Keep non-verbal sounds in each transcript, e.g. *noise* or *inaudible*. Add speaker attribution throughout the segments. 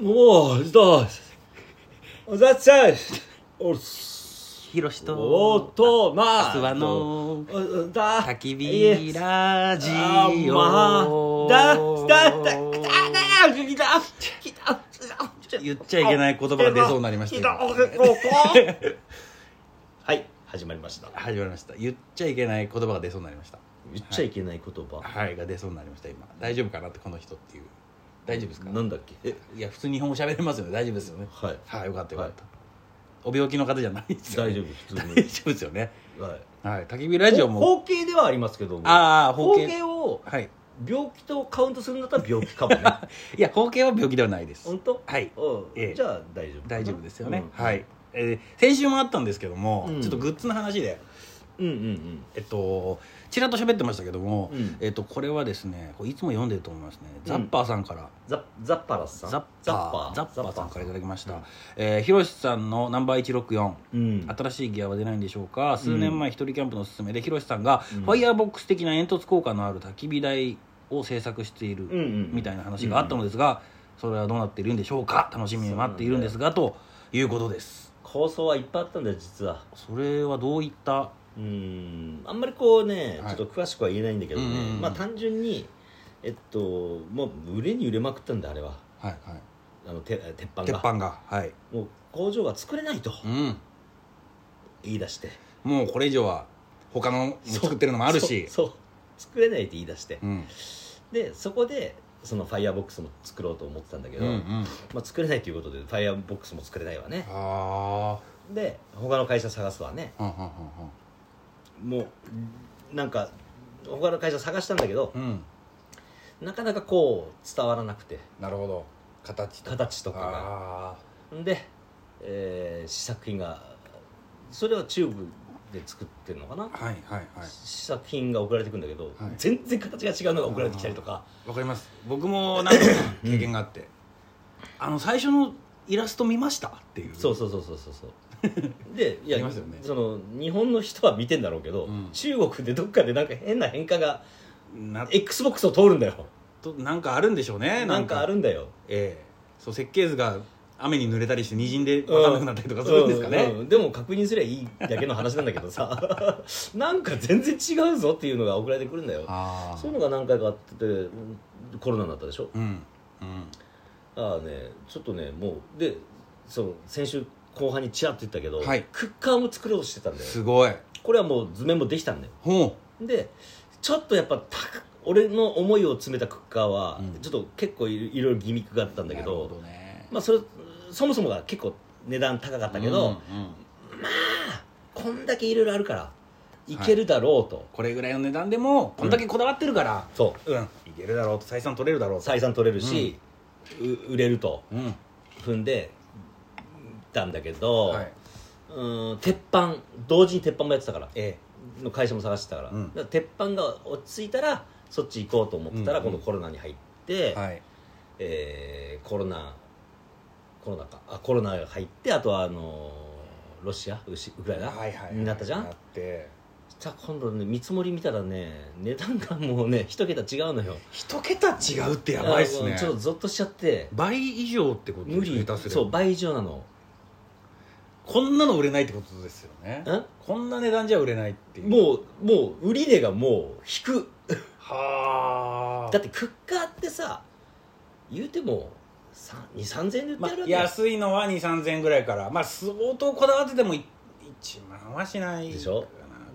Speaker 1: もうどうおざっちゃいおっす
Speaker 2: ひろしと
Speaker 1: おっとまあ
Speaker 2: 諏訪の
Speaker 1: おだ
Speaker 2: 焚き火
Speaker 1: いえ
Speaker 2: ラジ
Speaker 1: あ
Speaker 2: オ
Speaker 1: まあだだだだだ来た来た
Speaker 2: 言っちゃいけない言葉が出そうになりま
Speaker 1: 来
Speaker 2: した今
Speaker 1: たおここはい始まりました
Speaker 2: 始まりました言っちゃいけない言葉が出そうになりました
Speaker 1: 言っちゃいけない言葉、
Speaker 2: はいが出そうになりました今大丈夫かなってこの人っていう大丈夫ですか
Speaker 1: なんだっけえ
Speaker 2: いや普通に日本語喋れますよね大丈夫ですよね
Speaker 1: はい
Speaker 2: はいよかったよかったお病気の方じゃないですよね
Speaker 1: 大丈夫普通に
Speaker 2: 大丈夫ですよね
Speaker 1: はい
Speaker 2: はい焚き火ラジオも
Speaker 1: 方形ではありますけども
Speaker 2: ああ
Speaker 1: 方
Speaker 2: 包茎
Speaker 1: 形を
Speaker 2: はい
Speaker 1: 病気とカウントするんだったら病気か
Speaker 2: *laughs*
Speaker 1: もね
Speaker 2: いや包茎は病気ではないです
Speaker 1: 本当
Speaker 2: はい
Speaker 1: うん
Speaker 2: ええ
Speaker 1: じゃあ大丈夫
Speaker 2: 大丈夫ですよね、
Speaker 1: うん
Speaker 2: はい、えー先週もあったんですけども、
Speaker 1: うん
Speaker 2: ちょっとグッズの話で
Speaker 1: うんうん
Speaker 2: えっとちらっと喋ってましたけども、
Speaker 1: うん
Speaker 2: えっとこれはですねこれいつも読んでると思いますね、
Speaker 1: うん
Speaker 2: ザッパーさんから
Speaker 1: ザザッパラスさん
Speaker 2: ザッパーザッパーさんからいただきました、
Speaker 1: うん
Speaker 2: えーひろしさんのナンバー164
Speaker 1: うん
Speaker 2: 新しいギアは出ないんでしょうか数年前一人キャンプのおすすめでひろしさんが
Speaker 1: うん
Speaker 2: ファイヤーボックス的な煙突効果のある焚き火台を制作している
Speaker 1: うんうん
Speaker 2: みたいな話があったのですがそれはどうなっているんでしょうか楽しみに待っているんですがということです
Speaker 1: 構想はいっぱいあったんだよ実は
Speaker 2: それはどういった
Speaker 1: うんあんまりこうね
Speaker 2: は
Speaker 1: ちょ
Speaker 2: い
Speaker 1: っと詳しくは言えないんだけどね、
Speaker 2: うんうんうん
Speaker 1: まあ単純にえっともう売れに売れまくったんだあれは
Speaker 2: はいはい
Speaker 1: あのて鉄板が
Speaker 2: 鉄板がはい、
Speaker 1: もう工場が作れないと
Speaker 2: うん、
Speaker 1: 言い出して
Speaker 2: もうこれ以上は他のも作ってるのもあるし
Speaker 1: そうそう作れないって言い出して、
Speaker 2: うん
Speaker 1: でそこでそのファイヤーボックスも作ろうと思ってたんだけ
Speaker 2: う
Speaker 1: ど、
Speaker 2: んうん
Speaker 1: まあ、作れないということでファイヤーボックスも作れないわね
Speaker 2: あ
Speaker 1: で他の会社探すわね
Speaker 2: あうん
Speaker 1: もうなんか他の会社探したんだけど
Speaker 2: うんうんうん
Speaker 1: なかなかこう伝わらなくて
Speaker 2: なるほど形とか
Speaker 1: 形とか
Speaker 2: あ
Speaker 1: がで、えー試作品がそれはチューブで作ってるのかな、
Speaker 2: あはいはいはい
Speaker 1: 試作品が送られてくるんだけど、
Speaker 2: はい
Speaker 1: 全然形が違うのが送られてきたりとか
Speaker 2: わかります僕も何度か経験があって、あの最初のイラスト見ましたっていう
Speaker 1: そうそうそうそうそうそうでいや
Speaker 2: ありますよね
Speaker 1: その日本の人は見てんだろうけど、
Speaker 2: うん
Speaker 1: 中国でどっかでなんか変な変化が
Speaker 2: な
Speaker 1: XBOX を通るんだよ
Speaker 2: となんかあるんでしょうね
Speaker 1: なんかあるんだよ
Speaker 2: ええそう設計図が雨に濡れたりしてにじんで分かんなくなったりとかするんですかね、
Speaker 1: ううんでも確認すりゃいいだけの話なんだけどさ *laughs* なんか全然違うぞっていうのが送られてくるんだよ
Speaker 2: ああ
Speaker 1: そういうのが何回かあっててうんコロナになったでしょ
Speaker 2: うんうん
Speaker 1: ああねちょっとねもうでその先週後半にチラッと言ったけど、
Speaker 2: はい
Speaker 1: クッカーも作ろうとしてたんだよ
Speaker 2: すごい
Speaker 1: これはもう図面もできたんだよ
Speaker 2: ほ
Speaker 1: でちょっとやっぱた俺の思いを詰めたクッカーは、
Speaker 2: うん
Speaker 1: ちょっと結構いろいろギミックがあった
Speaker 2: うん
Speaker 1: だけ
Speaker 2: なる
Speaker 1: ど
Speaker 2: ほね
Speaker 1: まあ、それそもそもが結構値段高かったけど、
Speaker 2: うんうん
Speaker 1: こんだけいろいろあるからいけるだろうと、
Speaker 2: これぐらいの値段でもこんだけこだわってるから
Speaker 1: そ
Speaker 2: うん、いけるだろうと採算取れるだろう
Speaker 1: う
Speaker 2: と
Speaker 1: 採算取れるし、う売れると
Speaker 2: うん
Speaker 1: 踏んでたんだけど、
Speaker 2: はいう
Speaker 1: ーん鉄板同時に鉄板もやってたから
Speaker 2: え
Speaker 1: の会社も探してたから,、
Speaker 2: うん
Speaker 1: だから鉄板が落ち着いたらそっち行こうと思ってたら、
Speaker 2: うんうん
Speaker 1: 今度コロナに入って、
Speaker 2: えはい
Speaker 1: えーコロナコロナかあコロナが入ってあとはあのーロシアウシウクライナ、
Speaker 2: はいはい
Speaker 1: になったじゃん
Speaker 2: なって
Speaker 1: じゃあ今度ね見積もり見たらね値段がもうね一桁違うのよ
Speaker 2: 一桁違うってやばいっす
Speaker 1: あ
Speaker 2: ね
Speaker 1: ちょっとゾッとしちゃって
Speaker 2: 倍以上ってことですね
Speaker 1: 無理
Speaker 2: 下手すれ
Speaker 1: そ
Speaker 2: ば
Speaker 1: う倍以上なの
Speaker 2: こんなの売れないってことですよね
Speaker 1: ん
Speaker 2: こんな値段じゃ売れないっていう
Speaker 1: もうもう売り値がもう引く
Speaker 2: はあ
Speaker 1: だってクッカーってさ言うても2 3 0円で売って
Speaker 2: ま
Speaker 1: やるわ
Speaker 2: あ、
Speaker 1: けよ、
Speaker 2: 安いのは2 3千円ぐらいからまあ相当こだわっててもい1万はしない
Speaker 1: でしょ
Speaker 2: か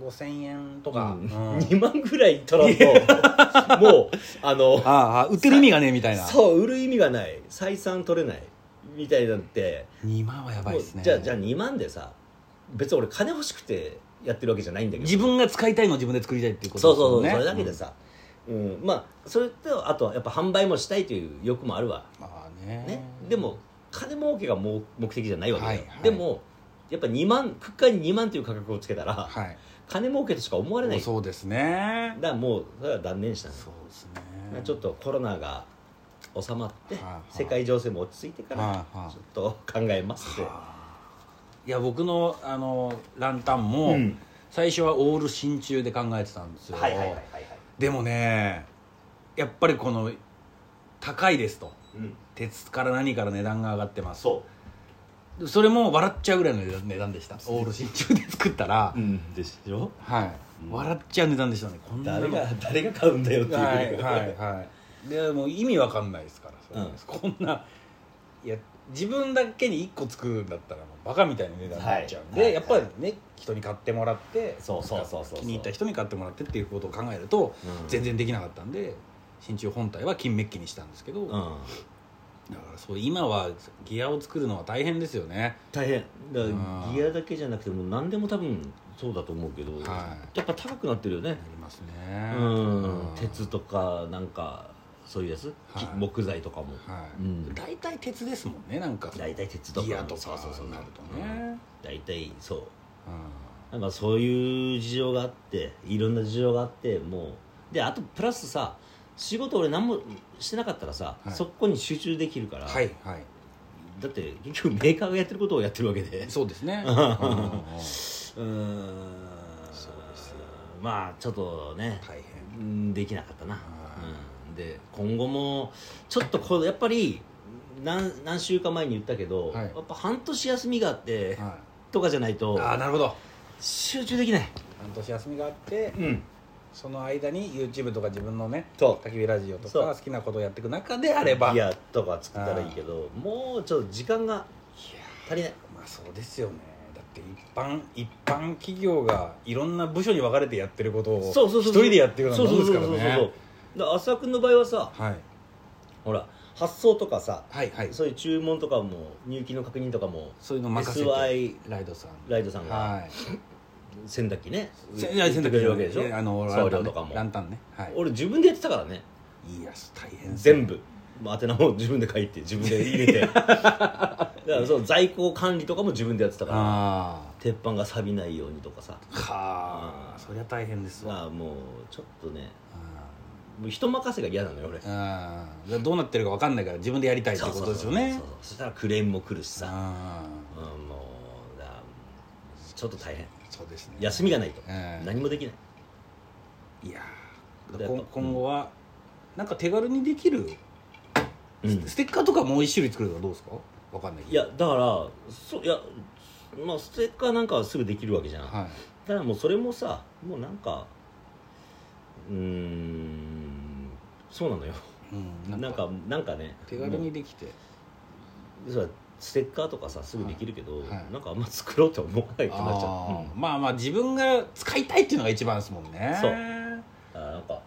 Speaker 2: な5000円と
Speaker 1: う
Speaker 2: か、うん
Speaker 1: ん2万ぐらい取ら
Speaker 2: *laughs*
Speaker 1: んともうあの
Speaker 2: ああ売ってる意味がねみたいな
Speaker 1: そう売る意味がない採算取れないみたいなんて
Speaker 2: 2万はやばい
Speaker 1: も
Speaker 2: で
Speaker 1: う
Speaker 2: すね
Speaker 1: じゃあじゃあ2万でさ別に俺金欲しくてやってるわけじゃないんだけど
Speaker 2: 自分が使いたいのを自分で作りたいっていうこ
Speaker 1: そ
Speaker 2: と
Speaker 1: うそうそう、
Speaker 2: です
Speaker 1: そ
Speaker 2: よね
Speaker 1: れだけで、さ、うんまあそれとあとはやっぱ販売もしたいという欲もあるわ、
Speaker 2: うんまあね
Speaker 1: ね、でも金儲けがもう目的じゃないわけだよ、
Speaker 2: はいはい
Speaker 1: でもやっぱ2万クッカーに2万という価格をつけたら、
Speaker 2: はい
Speaker 1: 金儲けとしか思われないだか
Speaker 2: そうですね
Speaker 1: らもうそれは断念したの
Speaker 2: そうです
Speaker 1: まあ
Speaker 2: ね
Speaker 1: ちょっとコロナが収まって、
Speaker 2: はいはい
Speaker 1: 世界情勢も落ち着いてから、
Speaker 2: はいはい
Speaker 1: ちょっと考えますって、
Speaker 2: いや僕のあのランタンも、
Speaker 1: うん
Speaker 2: 最初はオール真鍮で考えてたんですよ、
Speaker 1: はいはいはいはいはい
Speaker 2: でもねやっぱりこの高いですと
Speaker 1: うん
Speaker 2: 鉄から何から値段が上がってます
Speaker 3: そ
Speaker 2: それも笑っちゃうぐらいの値段でしたオール新中で作ったら、
Speaker 1: う、うん、でしょ
Speaker 2: はい、笑っちゃう値段でしたねこんなの
Speaker 1: 誰が誰が買うんだよっていう、
Speaker 2: はいはいはいでもう意味わかんないですからそれ
Speaker 1: うん
Speaker 2: こんないや自分だけに1個作るんだったらもうバカみたいな値段になっちゃうんで、
Speaker 1: はい
Speaker 2: やっぱりね人に買ってもらって
Speaker 1: そうそうそうそうそう
Speaker 2: 気に入った人に買ってもらってっていうことを考えると
Speaker 1: うん
Speaker 2: 全然できなかったんで真鍮本体は金メッキにしたんですけ
Speaker 1: う
Speaker 2: ど、だか
Speaker 1: ん、
Speaker 2: らそう今はギアを作るのは大変ですよね
Speaker 1: 大変だから
Speaker 2: うん
Speaker 1: ギアだけじゃなくてもう何でも多分そうだと思うけど、
Speaker 2: は
Speaker 1: やっぱ高くなってるよね
Speaker 2: なりますね
Speaker 1: うん、
Speaker 2: うん
Speaker 1: 鉄とかなんかそういうやつ、
Speaker 2: はい
Speaker 1: 木木材とかも、
Speaker 2: は
Speaker 1: う
Speaker 2: い、
Speaker 1: ん
Speaker 2: 大体鉄ですもんねなんか
Speaker 1: 大体鉄とか
Speaker 2: ギアとか
Speaker 1: そうそうそう
Speaker 2: なると
Speaker 1: うん
Speaker 2: ね、
Speaker 1: 大体そう
Speaker 2: う
Speaker 1: なんかそういう事情があっていろんな事情があってもうであとプラスさ仕事俺何もしてなかったらさ、
Speaker 2: はい
Speaker 1: そこに集中できるから、
Speaker 2: んはいはい
Speaker 1: だって結局メーカーがやってることをやってるわけで
Speaker 2: そうです
Speaker 1: *laughs*
Speaker 2: ね
Speaker 1: うん
Speaker 2: 大
Speaker 1: *laughs* うーん
Speaker 2: そうですよ
Speaker 1: まあちょっとね、
Speaker 2: 変
Speaker 1: うんできなかったな、うん、で今後もちょっとこうやっぱり何何週間前に言ったけど、
Speaker 2: はい
Speaker 1: やっぱ半年休みがあって、
Speaker 2: は
Speaker 1: とかじゃないと
Speaker 2: いああなるほど
Speaker 1: 集中できない
Speaker 2: 半年休みがあって
Speaker 1: うん
Speaker 2: その間に YouTube とか自分のね
Speaker 1: そう
Speaker 2: 焚き火ラジオと
Speaker 1: そう
Speaker 2: か好きなことをやっていく中であれば
Speaker 1: ギアとか作ったらいいけどもうちょっと時間が足りない
Speaker 2: まあそうですよねだって一般一般企業がいろんな部署に分かれてやってることを
Speaker 1: そうそうそう
Speaker 2: 一人でやってるようなもんですから
Speaker 1: そうそうそうそう
Speaker 2: ね
Speaker 1: そうだから浅くんの場合はさ
Speaker 2: はい
Speaker 1: ほら発送とかさ
Speaker 2: はいはい
Speaker 1: そういう注文とかも入金の確認とかも
Speaker 2: そういうの任せて
Speaker 1: SY
Speaker 2: ライドさん
Speaker 1: ライドさんが
Speaker 2: はい
Speaker 1: 洗濯機ね
Speaker 2: せ
Speaker 1: やってくれるわけでし
Speaker 2: え
Speaker 1: ょ
Speaker 2: あのラ
Speaker 1: 送
Speaker 2: ンタ
Speaker 1: 料
Speaker 2: ンね
Speaker 1: とかも
Speaker 2: ランタンねはい
Speaker 1: 俺自分でやってたからね
Speaker 2: いや大変ですね
Speaker 1: 全部まあ宛名も自分で書いて自分で入れ
Speaker 2: *laughs*
Speaker 1: てだからそう在庫管理とかも自分でやってたから
Speaker 2: あ
Speaker 1: 鉄板が錆びないようにとかさ
Speaker 2: あはあそりゃ大変ですわ
Speaker 1: まあもうちょっとね
Speaker 2: あ
Speaker 1: もう人任せが嫌なのよ俺
Speaker 2: あどうなってるか分かんないから自分でやりたいってことですよね
Speaker 1: そうそうそうそしたらクレームも来るしさ、
Speaker 2: あ
Speaker 1: うん、もうだからちょっと大変
Speaker 2: あそうですね
Speaker 1: 休みがないと、
Speaker 2: うん
Speaker 1: 何もできない
Speaker 2: いや
Speaker 1: で
Speaker 2: ー
Speaker 1: やっ
Speaker 2: こ
Speaker 1: ぱ
Speaker 2: ん今後はなんか手軽にできる
Speaker 1: うん
Speaker 2: ステッカーとかもう一種類作るとかどうですか分かんないけ
Speaker 1: い
Speaker 2: ど
Speaker 1: やだからそういやまあステッカーなんかはすぐできるわけじゃん、
Speaker 2: は
Speaker 1: ただもうそれもさもうなんかうーんそうなのよ
Speaker 2: いうん
Speaker 1: なんかなんかね
Speaker 2: 手軽にできて
Speaker 1: もうそうステッカーとかさすぐできるけど、
Speaker 2: はいはい
Speaker 1: なんかあんま作ろうと思わないくなっちゃ
Speaker 2: あーまあまあ自分が使いたいっていうのが一番ですもんね
Speaker 1: そう
Speaker 2: は
Speaker 1: う、うん、あーなんか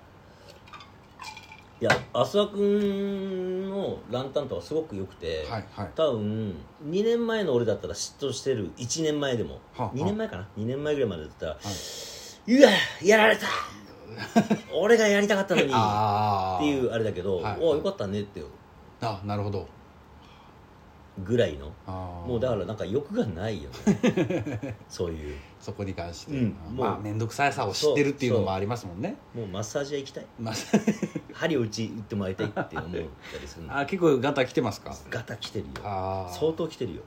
Speaker 1: いや浅くんのランタンとはすごく良くて、
Speaker 2: いはい
Speaker 1: 多分2年前の俺だったら嫉妬してる1年前でも、
Speaker 2: はあはあ
Speaker 1: 2年前かな2年前ぐらいまでだったら、うわやられ
Speaker 2: *laughs*
Speaker 1: た俺がやりたかったのにっ
Speaker 2: ああ
Speaker 1: ていうあれだけど、
Speaker 2: はい
Speaker 1: およかったねって
Speaker 2: あなるほど
Speaker 1: ぐらいの
Speaker 2: あー
Speaker 1: もうだからなんか欲がないよね
Speaker 2: *laughs*
Speaker 1: そういう
Speaker 2: そこに関して、
Speaker 1: うんもう
Speaker 2: まあ面倒くささを知ってるっていうのもありますもんね
Speaker 1: もうマッサージ屋行きたい
Speaker 2: まあ
Speaker 1: 針を打ち打ってもらいたいって思ったりするの
Speaker 2: あ結構ガタ来てますか
Speaker 1: ガタ来てるよ
Speaker 2: ああ
Speaker 1: 相当来てるよ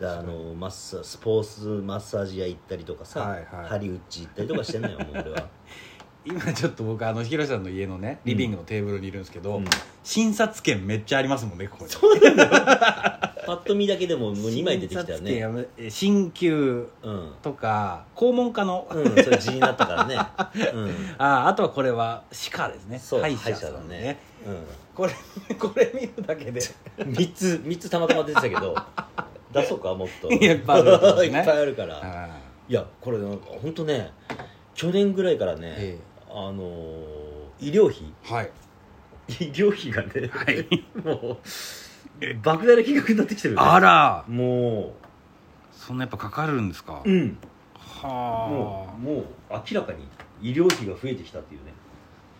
Speaker 1: だからあのマッサースポーツマッサージ屋行ったりとかさ、
Speaker 2: はいはい
Speaker 1: 針打ち行ったりとかしてんのよもう俺
Speaker 2: *laughs*
Speaker 1: は、
Speaker 2: 今ちょっと僕あの広瀬さんの家のねリビングのテーブルにいるんですけど、
Speaker 1: うん
Speaker 2: 診察券めっちゃありますもんねここに
Speaker 1: パッと見だけでももう2枚出てきたよ
Speaker 2: 診察券や
Speaker 1: ね
Speaker 2: めえ鍼灸
Speaker 1: うん、
Speaker 2: とか肛門科の、
Speaker 1: うん、それ地になったからねうん、
Speaker 2: あーあとはこれは歯科ですね
Speaker 1: そう
Speaker 2: 歯
Speaker 1: 歯医
Speaker 2: 医者
Speaker 1: 者
Speaker 2: さん
Speaker 1: だ
Speaker 2: ね
Speaker 1: ね、
Speaker 2: これ *laughs* これ見るだけで
Speaker 1: うん、3つ三つたまたま出てたけど出そうかもっと
Speaker 2: *laughs* いやいっぱいあるからね
Speaker 1: いっぱいあるから
Speaker 2: あ
Speaker 1: いやこれなんか本当ね去年ぐらいからね、
Speaker 2: え
Speaker 1: あのー医療費 *laughs*
Speaker 2: ーはい
Speaker 1: 医療費がね、もう莫大な金額になってきてる、ね、
Speaker 2: あら
Speaker 1: も
Speaker 2: そんなやっぱかかるんですか、
Speaker 1: ううん
Speaker 2: は
Speaker 1: も
Speaker 2: あ
Speaker 1: うもう明らかに医療費が増えてきたっていうね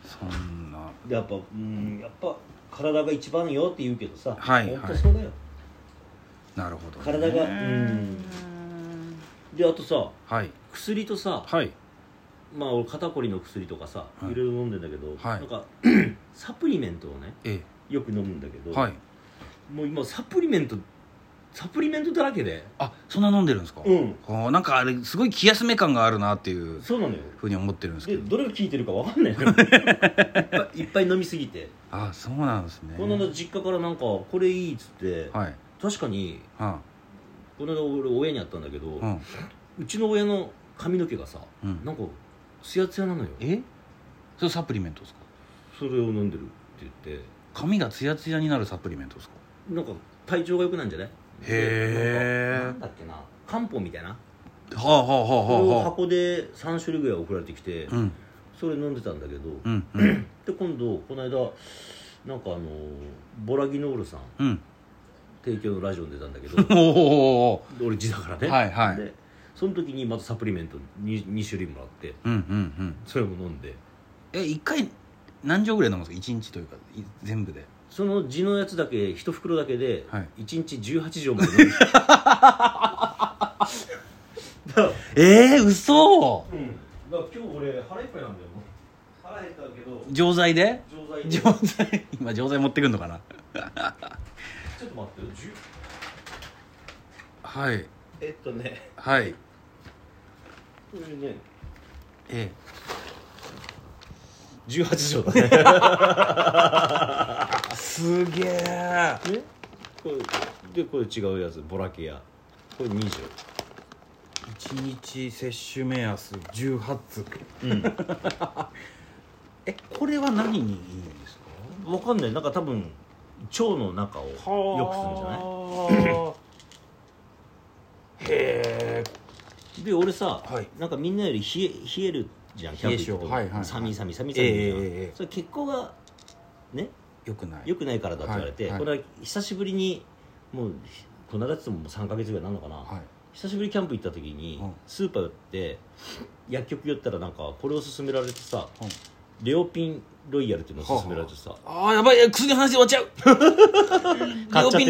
Speaker 2: そんな
Speaker 1: でやっぱうんやっぱ体が一番よって言うけどさ、
Speaker 2: はい
Speaker 1: 本当そうだよ、
Speaker 2: なるほどね、
Speaker 1: 体がうんであとさ
Speaker 2: はい
Speaker 1: 薬とさ
Speaker 2: はい
Speaker 1: まあ俺肩こりの薬とかさ、
Speaker 2: はい
Speaker 1: い、ろいろ飲んでんだけど、
Speaker 2: はい
Speaker 1: なんか *clears throat* サプリメントをね
Speaker 2: え
Speaker 1: よく飲むんだけど、
Speaker 2: はい
Speaker 1: もう今サプリメントサプリメントだらけで
Speaker 2: あそんな飲んでるんですか、
Speaker 1: うん
Speaker 2: あーなんかあれすごい気休め感があるなっていう
Speaker 1: そうなのよ
Speaker 2: ふうに思ってるんですけ
Speaker 1: で
Speaker 2: ど
Speaker 1: どれが効いてるか分かんないの
Speaker 2: *laughs*
Speaker 1: よいっぱいいっぱい飲みすぎて、
Speaker 2: あーそうなんですね
Speaker 1: この間実家からなんかこれいいっつって、
Speaker 2: はい
Speaker 1: 確かに
Speaker 2: は
Speaker 1: この間俺親に会ったんだけど、
Speaker 2: あ、うん
Speaker 1: うちの親の髪の毛がさ、
Speaker 2: うん
Speaker 1: なんかツヤツヤなのよ
Speaker 2: えそれサプリメントですか
Speaker 1: それを飲んでるって言って
Speaker 2: 髪がツヤツヤになるサプリメントですか
Speaker 1: なんか体調が良くなんじゃない
Speaker 2: へー
Speaker 1: でなんかなんだっけな漢方みたいな
Speaker 2: はあはあはあ
Speaker 1: これを
Speaker 2: はあは
Speaker 1: 箱で3種類ぐらい送られてきて、
Speaker 2: あうん
Speaker 1: それ飲んでたんだけど、
Speaker 2: うんうん
Speaker 1: で今度この間なんかあのボラギノールさん
Speaker 2: うん
Speaker 1: 提供のラジオに出たんだけど
Speaker 2: *coughs* おーおーおー
Speaker 1: 俺字だからね
Speaker 2: はいはい
Speaker 1: でその時にまたサプリメント 2, 2種類もらって
Speaker 2: うんうんうん
Speaker 1: それも飲んで
Speaker 2: え一回何錠ぐらい飲むんですか一日というかい全部で
Speaker 1: その地のやつだけ1袋だけで
Speaker 2: はい
Speaker 1: 1日18錠ま *laughs* で飲んでだから
Speaker 2: えー、嘘
Speaker 1: うん、だから今日俺腹いっぱいなんだよもう腹減ったけど
Speaker 2: 錠剤で
Speaker 1: 錠剤で
Speaker 2: *laughs* 錠
Speaker 1: ちょっ
Speaker 2: 剤今錠剤持ってくんのかな
Speaker 1: と待ってよじゅ
Speaker 2: はい
Speaker 1: えっとね
Speaker 2: はい
Speaker 1: これね
Speaker 2: え
Speaker 1: 18錠だね
Speaker 2: えすげえ
Speaker 1: ねこれでこれ違うやつボラケアこれ2錠
Speaker 2: 一日摂取目安18つ
Speaker 1: うん
Speaker 2: えこれは何にいいんですか
Speaker 1: 分かんないなんか多分腸の中を良くするんじゃな
Speaker 2: よく
Speaker 1: *laughs*
Speaker 2: するんじゃないへえ
Speaker 1: いで俺さ、
Speaker 2: はい
Speaker 1: なんかみんなより冷え冷えるじゃんキャンプ行くと
Speaker 2: 冷え性はいはいはい
Speaker 1: 寒い寒い寒い寒い
Speaker 2: ええ
Speaker 1: じゃん
Speaker 2: ええええ
Speaker 1: それ血行がね
Speaker 2: よくない
Speaker 1: よくないからだって言われて、
Speaker 2: はいはい
Speaker 1: これは久しぶりにもうこの間って言っても3か月ぐらいになるのかな、
Speaker 2: はい
Speaker 1: 久しぶりキャンプ行った時に
Speaker 2: うん
Speaker 1: スーパー寄って薬局寄ったらなんかこれを勧められてさ、
Speaker 2: うん
Speaker 1: レオピンロイヤルっていうのを勧められてさ、
Speaker 2: *laughs* ああやばいえ薬の話で終わっちゃう
Speaker 1: 買っちゃってる